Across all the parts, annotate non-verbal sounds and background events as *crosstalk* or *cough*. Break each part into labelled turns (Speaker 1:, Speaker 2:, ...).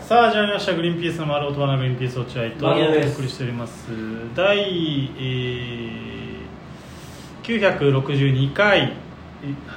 Speaker 1: さあ始まりました「グリーンピースの丸尾とバナグリーンピース落合」とお
Speaker 2: 丸尾です
Speaker 1: 送りしております第、えー、962回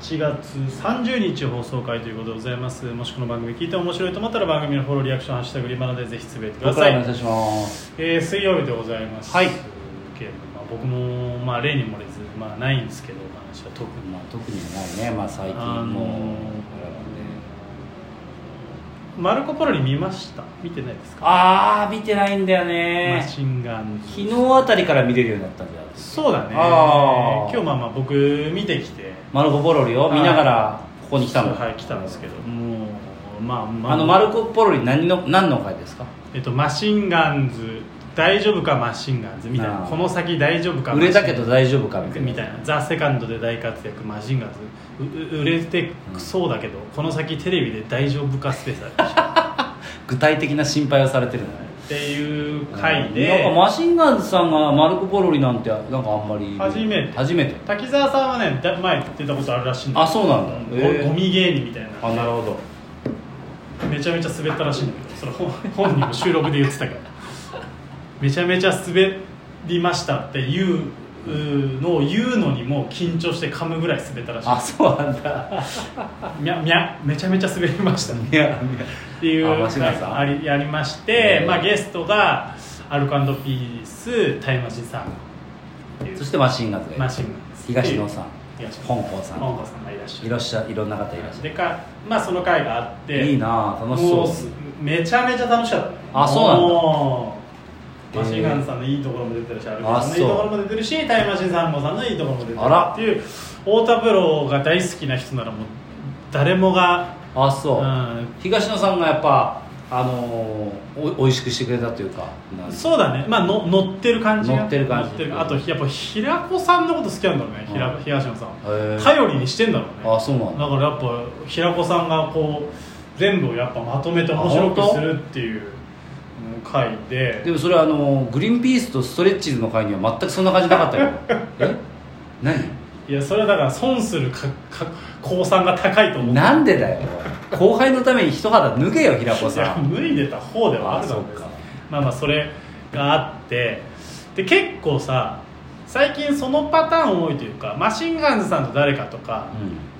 Speaker 1: 8月30日放送回ということでございますもしこの番組聞いて面白いと思ったら番組のフォローリアクション「ハッシュタグリバナ」でぜひつぶやいてくだ
Speaker 2: 僕
Speaker 1: さ
Speaker 2: らお
Speaker 1: い
Speaker 2: 願いいたします
Speaker 1: えー水曜日でございます
Speaker 2: はい
Speaker 1: けれどまあ、僕も、まあ、例に漏れず、まあ、ないんですけどお話は特に
Speaker 2: まあ特にはないねまあ最近
Speaker 1: あの
Speaker 2: も
Speaker 1: ー
Speaker 2: うあれはね
Speaker 1: マルコ・ポロリ見ました見てないですか、
Speaker 2: あー見てないんだよ
Speaker 1: マ
Speaker 2: ね
Speaker 1: シンガンズ
Speaker 2: 昨日あたりから見れるようになったんだよ
Speaker 1: そうだね
Speaker 2: あ
Speaker 1: 今
Speaker 2: ー
Speaker 1: 日まあまあ僕見てきて
Speaker 2: マルコ・ポロリを見ながらここに来たの
Speaker 1: そうはい来たんですけどもうまあまあ
Speaker 2: あのマルコ・ポロリ何の何の回ですか
Speaker 1: えっと、マシンガンズ大丈夫かマシンガンズみたいな
Speaker 2: あー
Speaker 1: この先大丈夫か
Speaker 2: 売れたけど大丈夫かみたいな
Speaker 1: みたいな「ザ・セカンドで大活躍マシンガンズうう売れてそうだけど、この先テレビで大丈夫かスペシャルでしょ
Speaker 2: *laughs*
Speaker 1: っ
Speaker 2: 具体的な心配をされてるのね
Speaker 1: ていう回
Speaker 2: なん
Speaker 1: で
Speaker 2: かマシンガンズさんがマルコ・ポロリなんてなんかあんまり
Speaker 1: 初めて
Speaker 2: 初めて
Speaker 1: 滝沢さんはねだ前出たことあるらしいんだ
Speaker 2: あそうなんだ
Speaker 1: うん
Speaker 2: へー
Speaker 1: ゴゴミ芸人みたいな
Speaker 2: あなるほど
Speaker 1: めちゃめちゃ滑ったらしいんだけどそれ本本人も収録で言ってたけどめちゃめちゃ滑りましたっていうのを言うのにもう緊張して噛むぐらい滑ったらしい
Speaker 2: あそうなんだ
Speaker 1: みゃみゃめちゃめちゃ滑りましたね
Speaker 2: いやいや
Speaker 1: っていう
Speaker 2: あ松村さん
Speaker 1: ありやりまして、
Speaker 2: えー
Speaker 1: まあ、ゲストがアルコピースタイマジンさんっていう
Speaker 2: そしてマシンガンズがいる
Speaker 1: マシンガンズ
Speaker 2: 東野さん
Speaker 1: 東野
Speaker 2: 香港さ
Speaker 1: 香
Speaker 2: ん
Speaker 1: 港さんがいらっしゃ
Speaker 2: い
Speaker 1: る
Speaker 2: らっしゃいろんな方いらっしゃ
Speaker 1: でか、まあ、その会があっ
Speaker 2: る
Speaker 1: て
Speaker 2: いいなあ楽し
Speaker 1: も
Speaker 2: そうう
Speaker 1: すめちゃめちゃ楽しかったね
Speaker 2: あそうなんだ
Speaker 1: もう
Speaker 2: えー
Speaker 1: マシンガンズさんのいいところも出てるし、アル
Speaker 2: あ
Speaker 1: カンのいいところ
Speaker 2: そ
Speaker 1: も出てるし、タイムマシンさんさんのいいところも出てる
Speaker 2: あら
Speaker 1: っていう、太田プロが大好きな人ならもう誰もが、
Speaker 2: あそう、
Speaker 1: う
Speaker 2: 東野さんがやっぱあのー、おおいしくしてくれたというかなん
Speaker 1: ん、
Speaker 2: か
Speaker 1: そうだね、まあの乗ってる感じが、
Speaker 2: 乗ってる感じ
Speaker 1: 乗ってあとやっぱ平子さんのこと好きなんだろうね、平
Speaker 2: う
Speaker 1: 東野さんは。
Speaker 2: へー
Speaker 1: 頼りにしてんだろうね。
Speaker 2: あそうなんだ
Speaker 1: だからやっぱ平子さんがこう全部をやっぱまとめて面白くするっていううん回で
Speaker 2: でもそれはあのーグリーンピースとストレッチーズの会には全くそんな感じなかったよ
Speaker 1: *laughs*
Speaker 2: え何
Speaker 1: いやそれはだから損するかか降参が高いと思う
Speaker 2: なんでだよ後輩のために一肌脱げよ平子
Speaker 1: い
Speaker 2: さ
Speaker 1: や
Speaker 2: ん
Speaker 1: 脱いでた方ではあるだろう
Speaker 2: あ
Speaker 1: け
Speaker 2: そう
Speaker 1: ど
Speaker 2: か
Speaker 1: まあまあそれがあってで結構さ最近そのパターン多いというかマシンガンズさんと誰かとか、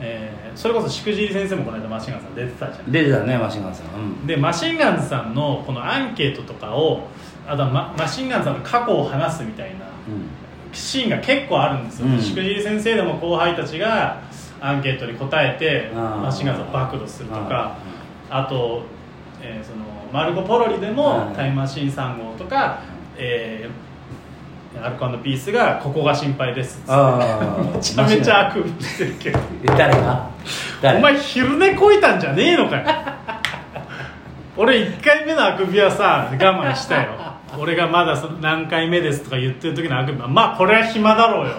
Speaker 1: えーそれこそしくじり先生もこの間マシンガンズさん出てたじゃん
Speaker 2: うん出てたねマシンガンズさん、うん、
Speaker 1: でマシンガンズさんのこのアンケートとかをあとはママシンガンズさんの過去を話すみたいな
Speaker 2: う
Speaker 1: シーンが結構あるんですよ、
Speaker 2: うん
Speaker 1: しくじり先生でも後輩たちがアンケートに答えて
Speaker 2: あー
Speaker 1: マシンガンズを暴露するとかあと、えーそのマルコ・ポロリで
Speaker 2: う
Speaker 1: も
Speaker 2: ん
Speaker 1: タイムマシーン3号とか、えーアルコピースがここが心配ですっつって
Speaker 2: ああ
Speaker 1: *laughs* めちゃめちゃ悪夢してるけど
Speaker 2: え誰が誰
Speaker 1: お前昼寝こいたんじゃねえのかよ俺1回目のあくびはさ我慢したよ俺がまだそ何回目ですとか言ってる時のあくびはまあこれは暇だろうよ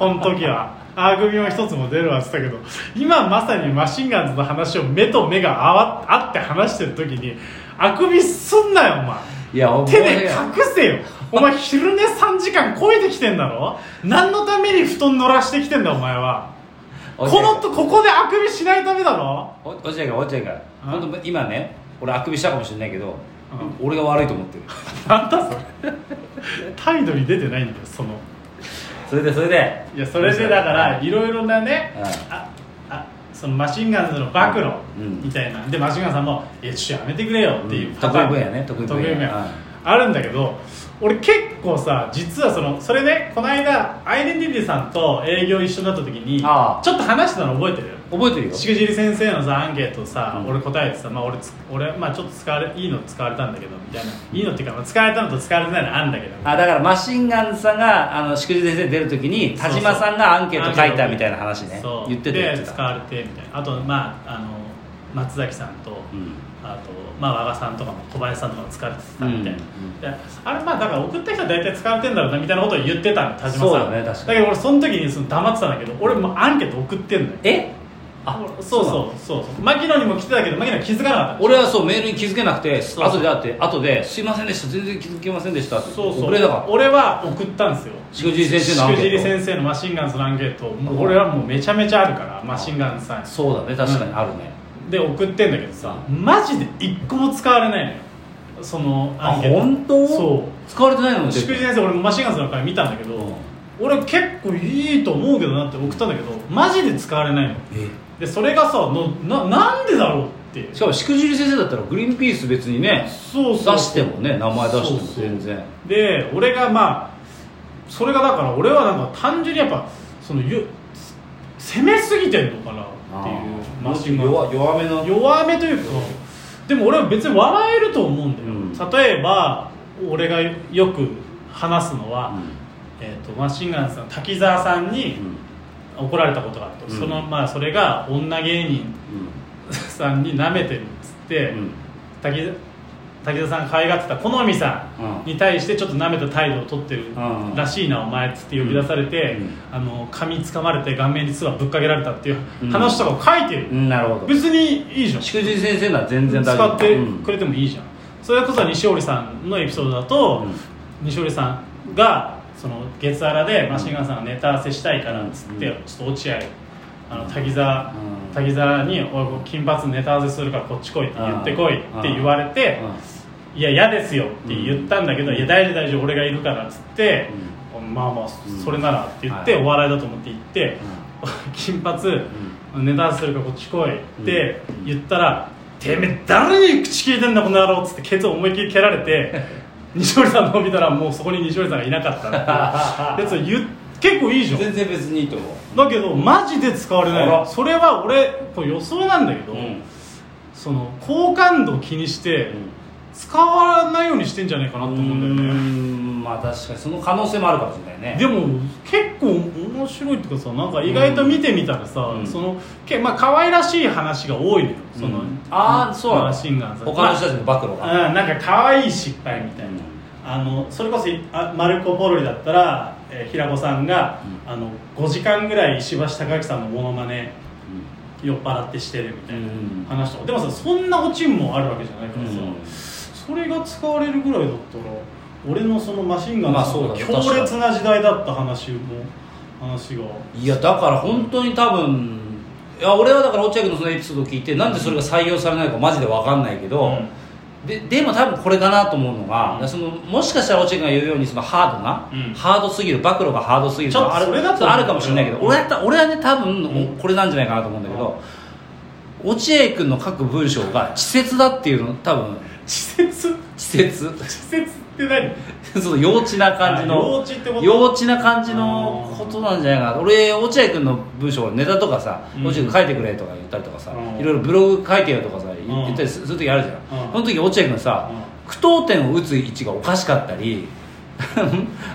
Speaker 1: この時はあくびも一つも出るわって言ってたけど今まさにマシンガンズの話を目と目が合わ合って話してる時にあくびすんなよお前
Speaker 2: いやお前
Speaker 1: 手で隠せよお前昼寝3時間超えてきてんだろ何のために布団乗らしてきてんだお前はこのとここであくびしないためだろ
Speaker 2: お落合が落合が
Speaker 1: うん
Speaker 2: 本当今ね俺あくびしたかもしれないけど、俺が悪いと思ってる
Speaker 1: なんだそれ態度に出てないんだよその
Speaker 2: それでそれで
Speaker 1: いやそれでだから
Speaker 2: うん
Speaker 1: いろいろなね
Speaker 2: うん
Speaker 1: ああそのマシンガンズの暴露
Speaker 2: うん
Speaker 1: みたいなでマシンガンズさんも「いやちょっとやめてくれよ」っていううんパターン
Speaker 2: 得意分野ね得意分野
Speaker 1: 得意分野
Speaker 2: うん
Speaker 1: あるんだけど俺結構さ実はそのそれねこの間アイデンティティさんと営業一緒になった時にち
Speaker 2: ああ
Speaker 1: ょっと話してたの覚えてる
Speaker 2: 覚えてるよ
Speaker 1: しくじり先生のさアンケートさ、
Speaker 2: うん
Speaker 1: 俺答えてさ、まあ、俺つ俺、まあ、ちょっと使われいいの使われたんだけどみたいないいのっていうか、まあ、使われたのと使われてないのあんだけど
Speaker 2: あだからマシンガンズさんがあのしくじり先生出るときに田島さんがアンケート書いたみたいな話ね
Speaker 1: そう
Speaker 2: 言ってた言って
Speaker 1: で使
Speaker 2: た、
Speaker 1: われてみたいなあと、まあ、あの松崎さんと、
Speaker 2: うん、
Speaker 1: あと、まあ、和賀さんとかも小林さんとかも使われてたみたいな、
Speaker 2: うんうん
Speaker 1: であれまあだから送った人は大体使われてんだろうなみたいなことを言ってたの田島さん
Speaker 2: そうだね確かに
Speaker 1: だけど俺その時にその黙ってたんだけど俺もうアンケート送ってんのよ
Speaker 2: え
Speaker 1: そう
Speaker 2: なの
Speaker 1: そうそうそう牧野にも来てたけど牧野は気づかなかった
Speaker 2: 俺はそうメールに気づけなくて
Speaker 1: う
Speaker 2: 後であって後ですいませんでした全然気づけませんでしたって
Speaker 1: そうそう
Speaker 2: 遅れだから
Speaker 1: 俺は送ったんですよ
Speaker 2: しくじり先生のアンケ
Speaker 1: し
Speaker 2: ート
Speaker 1: くじり先生のマシンガンズのアンケートもう俺はもうめちゃめちゃあるからマシンガンズさんに
Speaker 2: そうだね確かにあるね、
Speaker 1: で送ってんだけどさマジで一個も使われないのよその
Speaker 2: あ
Speaker 1: アンケート
Speaker 2: 本当
Speaker 1: そ
Speaker 2: 使われてないの
Speaker 1: う祝辞先生俺もマシンガンズの回見たんだけど、
Speaker 2: うん
Speaker 1: 俺結構いいと思うけどなって送ったんだけどマジで使われないの
Speaker 2: え
Speaker 1: でそれがさのななんでだろうって
Speaker 2: しかもしくじり先生だったらグリーンピース別にね
Speaker 1: そう
Speaker 2: 出
Speaker 1: そう
Speaker 2: してもね名前出しても全然
Speaker 1: で俺がまあそれがだから俺はなんか単純にやっぱそのゆ攻めすぎてんのかなっていうマシンガンズ
Speaker 2: 弱弱めの
Speaker 1: 弱めというかでも俺は別に笑えると思うんだよ、
Speaker 2: う
Speaker 1: 例えば俺がよく話すのは、えー、とマシンガンズさん滝沢さんに怒られたことがあって、
Speaker 2: うん
Speaker 1: そのまあそれが女芸人さんに舐めてるっつって、滝滝沢さんが可愛がってた好みさんに対してちょっと舐めた態度を取ってる
Speaker 2: うん
Speaker 1: らしいなお前っつって呼び出されて、
Speaker 2: うん
Speaker 1: あの髪つかまれて顔面に唾ぶっかけられたっていう話とかを書いてる、
Speaker 2: うんなるほど
Speaker 1: 別にいいじゃん
Speaker 2: しくじり先生なら全然大丈
Speaker 1: 使
Speaker 2: 夫
Speaker 1: って
Speaker 2: うん
Speaker 1: くれてもいいじゃん、それこそ西織さんのエピソードだと、西織さんがその月荒でマシンガンさんがネタ合わせしたいからっつって、
Speaker 2: うん
Speaker 1: ちょっと落合あの滝沢、
Speaker 2: うん
Speaker 1: 滝沢に「おい金髪ネタ合わせするからこっち来い」って言ってこいって言われて
Speaker 2: うん
Speaker 1: 「いや嫌ですよ」って言ったんだけど「
Speaker 2: うん
Speaker 1: いや大丈夫大丈夫俺がいるから」っつって、まあまあそれなら」って言って、
Speaker 2: はい
Speaker 1: お笑いだと思って行って、金髪、ネタ合わせするからこっち来いって言ったら、てめえ誰に口聞いてんだこの野郎っつってケツを思いっきり蹴られて *laughs* 西堀さんのを見たらもうそこに西堀さんがいなかった *laughs* っていうやつを言っ結構いいじゃん
Speaker 2: 全然別にいいと思う
Speaker 1: だけどマジで使われない
Speaker 2: あら
Speaker 1: それは俺これ予想なんだけど、
Speaker 2: うん
Speaker 1: その好感度を気にして、使わないようにしてんじゃないかなと思うんだよね
Speaker 2: うーんまあ確かにその可能性もあるかもしれないね
Speaker 1: でも結構面白いっていうかさなんか意外と見てみたらさ、
Speaker 2: うん
Speaker 1: そのけまあ可愛らしい話が多いのよその、
Speaker 2: うんあーそうなんだ
Speaker 1: マシンガンズ
Speaker 2: 他の人たちの暴露
Speaker 1: ま
Speaker 2: が
Speaker 1: あうん、なんか可愛い失敗みたいな、あのそれこそあマルコ・ポロリだったら、えー平子さんが、あの5時間ぐらい石橋貴明さんのモノマネ酔っ払ってしてるみたいな
Speaker 2: うん
Speaker 1: 話とか、でもさそんなオチもあるわけじゃないからさ、
Speaker 2: うん
Speaker 1: それが使われるぐらいだったら俺のそのマシンガン
Speaker 2: まあ
Speaker 1: さんが
Speaker 2: そうだね
Speaker 1: 強烈な時代だった話も話が
Speaker 2: いやだから本当に多分いや俺はだから落合君のそのエピソードを聞いてなんでそれが採用されないのかマジで分かんないけど、ででも多分これかなと思うのが、
Speaker 1: うん
Speaker 2: そのもしかしたら落合君が言うようにそのハードな、
Speaker 1: うん
Speaker 2: ハードすぎる暴露がハードすぎる
Speaker 1: ちょっと
Speaker 2: ある
Speaker 1: それだと
Speaker 2: そうあるかもしれないけど、
Speaker 1: うん
Speaker 2: 俺だったら俺はね多分、
Speaker 1: うん
Speaker 2: これなんじゃないかなと思うんだけど、落合君の書く文章が稚拙だっていうの多分稚
Speaker 1: 稚拙稚
Speaker 2: 拙
Speaker 1: 拙って何
Speaker 2: *laughs* その幼稚な感じの
Speaker 1: あ幼稚ってこと
Speaker 2: 幼稚な感じのことなんじゃないかな俺落合君の文章ネタとかさ
Speaker 1: うん
Speaker 2: 落合君書いてくれとか言ったりとかさ、
Speaker 1: うん
Speaker 2: いろいろブログ書いてよとかさ、言ったりする時あるじゃん、
Speaker 1: うん
Speaker 2: その時落合君さ、句読点を打つ位置がおかしかったり *laughs*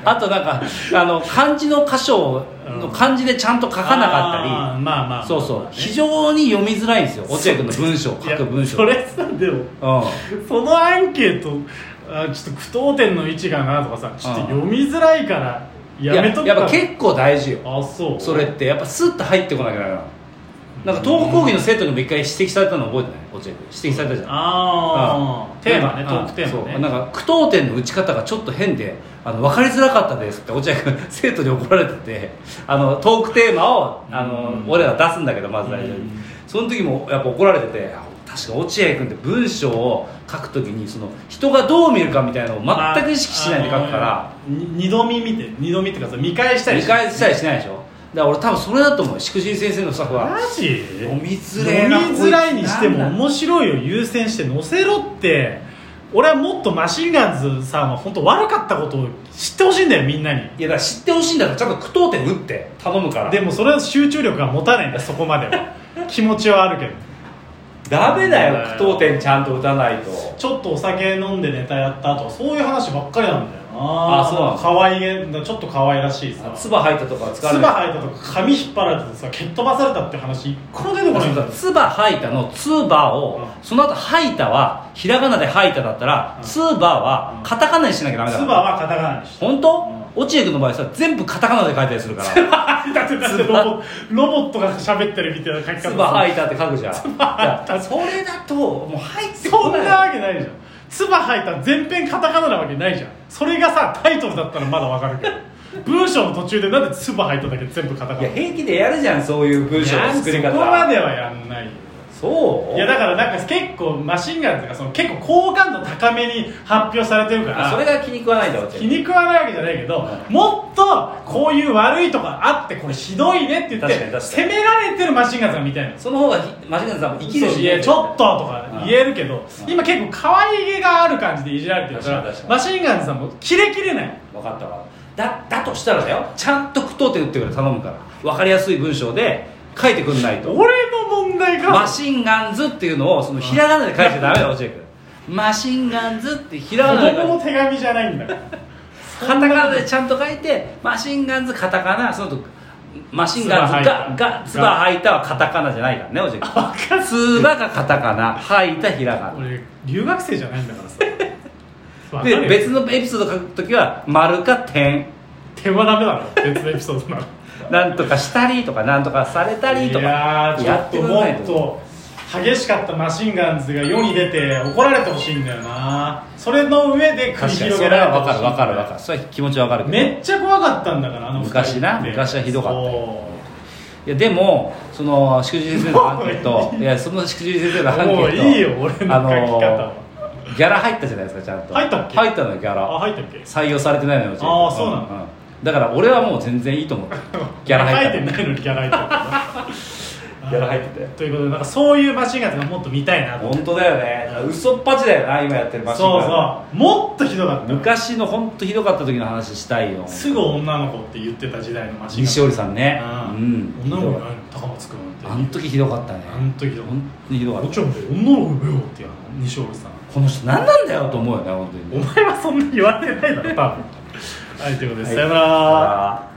Speaker 2: あとなんかあの漢字の箇所の漢字でちゃんと書かなかったり、
Speaker 1: あーまあまあ
Speaker 2: そうそう非常に読みづらいんですよ落合君の文章書く文章
Speaker 1: いやそれさでも
Speaker 2: うん
Speaker 1: そのアンケートあちょっと句読点の位置がなとかさちょっと読みづらいからやめと
Speaker 2: い
Speaker 1: く
Speaker 2: や
Speaker 1: か
Speaker 2: やっぱ結構大事よ
Speaker 1: あそう
Speaker 2: それってやっぱスッと入ってこなきゃならないなんか東北講義の生徒にも一回指摘されたの覚えてない落合君指摘されたじゃん
Speaker 1: ああテーマねト
Speaker 2: なん
Speaker 1: ー
Speaker 2: か
Speaker 1: クテーマ
Speaker 2: あ
Speaker 1: ね
Speaker 2: そうなんか句読点の打ち方がちょっと変であの分かりづらかったですって落合君生徒に怒られててあのトークテーマをあの、
Speaker 1: うん
Speaker 2: 俺ら出すんだけどまず大事に、
Speaker 1: うん
Speaker 2: その時もやっぱ怒られててあ確か落合君って文章を書く時にその人がどう見るかみたいなのを全く意識しないで書くから
Speaker 1: ああのに二度見見て二度見っていうかさ見返したり
Speaker 2: 見返したりしないでしょだから俺多分それだと思うしくじり先生のスタッフは
Speaker 1: マジ
Speaker 2: 飲みづれえ
Speaker 1: 飲み
Speaker 2: な
Speaker 1: づらいにしても
Speaker 2: こいつなんだ
Speaker 1: 面白いを優先して載せろって俺はもっとマシンガンズさんは本当悪かったことを知ってほしいんだよみんなに
Speaker 2: いやだから知ってほしいんだからちゃんと句読点打って頼むから
Speaker 1: でもそれは集中力が持たないんだそこまでは
Speaker 2: *laughs*
Speaker 1: 気持ちはあるけど
Speaker 2: ダメだよ句読点ちゃんと打たないと
Speaker 1: ちょっとお酒飲んでネタやった後はそういう話ばっかりなんだよな
Speaker 2: あそうなの
Speaker 1: 可愛げちょっと可愛らしいさ
Speaker 2: 唾吐いたとかは使わ
Speaker 1: 唾
Speaker 2: ない
Speaker 1: 吐いたとか髪引っ張られてさ蹴っ飛ばされたって話一個も出てこないんだよ
Speaker 2: 唾吐いたの「唾を、
Speaker 1: うん
Speaker 2: その後吐いた」はひらがなで吐いただったら
Speaker 1: うん
Speaker 2: 「唾はカタカナにしなきゃダメだ
Speaker 1: 唾
Speaker 2: から
Speaker 1: はカタカナにして
Speaker 2: 本当落合君の場合さ全部カタカナで書いたりするか
Speaker 1: *laughs*
Speaker 2: ら
Speaker 1: だってだってロボロボットが喋ってるみたいな書き
Speaker 2: 唾
Speaker 1: 方 *laughs*
Speaker 2: 吐いたって書くじゃんいや
Speaker 1: 唾
Speaker 2: それだともう入って
Speaker 1: そ
Speaker 2: こ
Speaker 1: ん
Speaker 2: ない
Speaker 1: なわけないじゃん唾吐いた全編カタカナなわけないじゃんそれがさタイトルだったらまだわかる
Speaker 2: *laughs*
Speaker 1: けど文章の途中でなんで唾吐いただけ全部カタカ
Speaker 2: い
Speaker 1: ナ
Speaker 2: や平気でやるじゃんそういう文章の作り
Speaker 1: いや
Speaker 2: 方
Speaker 1: そこまではやんないよ
Speaker 2: そう
Speaker 1: いやだからなんか結構マシンガンとかその結構好感度高めに発表されてるから
Speaker 2: あそれが気に食わないんだわ
Speaker 1: 気に食わないわけじゃないけど、もっとこういう悪いとこあってこれひどいねって言っ
Speaker 2: 確かに
Speaker 1: て
Speaker 2: 確か
Speaker 1: 責められてるマシンガンさんみたいな
Speaker 2: その方がひマシンガンさんも生きる
Speaker 1: そういやちょっととか言えるけど
Speaker 2: うん
Speaker 1: 今結構可愛げがある感じでいじられてるから
Speaker 2: 確かに確か
Speaker 1: マシンガンズさんもキレキレない
Speaker 2: 分かったわだだとしたらだよちゃんと句読点打ってくれ頼むから分かりやすい文章で書いてくんないと
Speaker 1: 俺の問題か
Speaker 2: マシンガンズっていうのをそのひらがなで書いちゃダメだよ落合君マシンガンズってひ
Speaker 1: 子
Speaker 2: らがなで
Speaker 1: 供
Speaker 2: 書い
Speaker 1: の
Speaker 2: て
Speaker 1: 手紙じゃないんだから
Speaker 2: カタカナでちゃんと書いてマシンガンズカタカナそのとマシンガンズが
Speaker 1: 唾
Speaker 2: がつば吐いたはカタカナじゃないからね落合君つばがカタカナ吐いたひらがな
Speaker 1: 俺留学生じゃないんだからさ *laughs* わかるよ
Speaker 2: で別のエピソード書くときは丸か点
Speaker 1: 手はダメだろ別のエピソードなの
Speaker 2: なんとかしたりとかなんとかされたりとか
Speaker 1: いやーちょっと
Speaker 2: くれ
Speaker 1: も
Speaker 2: ない
Speaker 1: っと激しかったマシンガンズが世に出て怒られてほしいんだよなそれの上で繰り
Speaker 2: 確かに
Speaker 1: 広
Speaker 2: そ
Speaker 1: げ
Speaker 2: れ
Speaker 1: られ
Speaker 2: は
Speaker 1: て
Speaker 2: 分
Speaker 1: ほし
Speaker 2: か
Speaker 1: い
Speaker 2: る分かる分かるそれは気持ち分かるけど
Speaker 1: めっちゃ怖かったんだからあの二人って
Speaker 2: 昔な昔はひどかったよ
Speaker 1: そう
Speaker 2: いやでもそのしくじり先生のアンケー
Speaker 1: *laughs*
Speaker 2: トいやそのしくじり先生のアンケート
Speaker 1: もういいよ俺の書き方は
Speaker 2: ギャラ入ったじゃないですかちゃんと
Speaker 1: 入ったっけ
Speaker 2: 入ったのよギャ
Speaker 1: あ
Speaker 2: ラ
Speaker 1: 入ったっけ
Speaker 2: 採用されてないのようち
Speaker 1: あーそうなの
Speaker 2: んだから俺はもう全然いいと思ってるギャラ入った
Speaker 1: てないのにギャ *laughs* ラ入った
Speaker 2: ギャラ入ってたよ
Speaker 1: ということでなんかそういうマシンガンズがもっと見たいなと
Speaker 2: 本当だよねだから嘘っぱちだよな今やってるマシン
Speaker 1: そう
Speaker 2: ガ
Speaker 1: そうもっとひどか
Speaker 2: ン
Speaker 1: っ
Speaker 2: 昔の本当ひどかった時の話したいよ
Speaker 1: たすぐ女の子って言ってた時代のマシンガン
Speaker 2: 西織さんねう
Speaker 1: うん
Speaker 2: ん
Speaker 1: 女の子いないの高松君
Speaker 2: あ
Speaker 1: なん
Speaker 2: の
Speaker 1: て
Speaker 2: 時ひどかったね
Speaker 1: あの時だ
Speaker 2: 本当にひどかっ
Speaker 1: も
Speaker 2: た
Speaker 1: ちろんだよ女の子だよっていうあの西織さん
Speaker 2: この人何なんだよと思うよね本当に
Speaker 1: お前はそんなに言われてないだろ多分はいということで
Speaker 2: は
Speaker 1: す
Speaker 2: い
Speaker 1: さよなら
Speaker 2: さよなら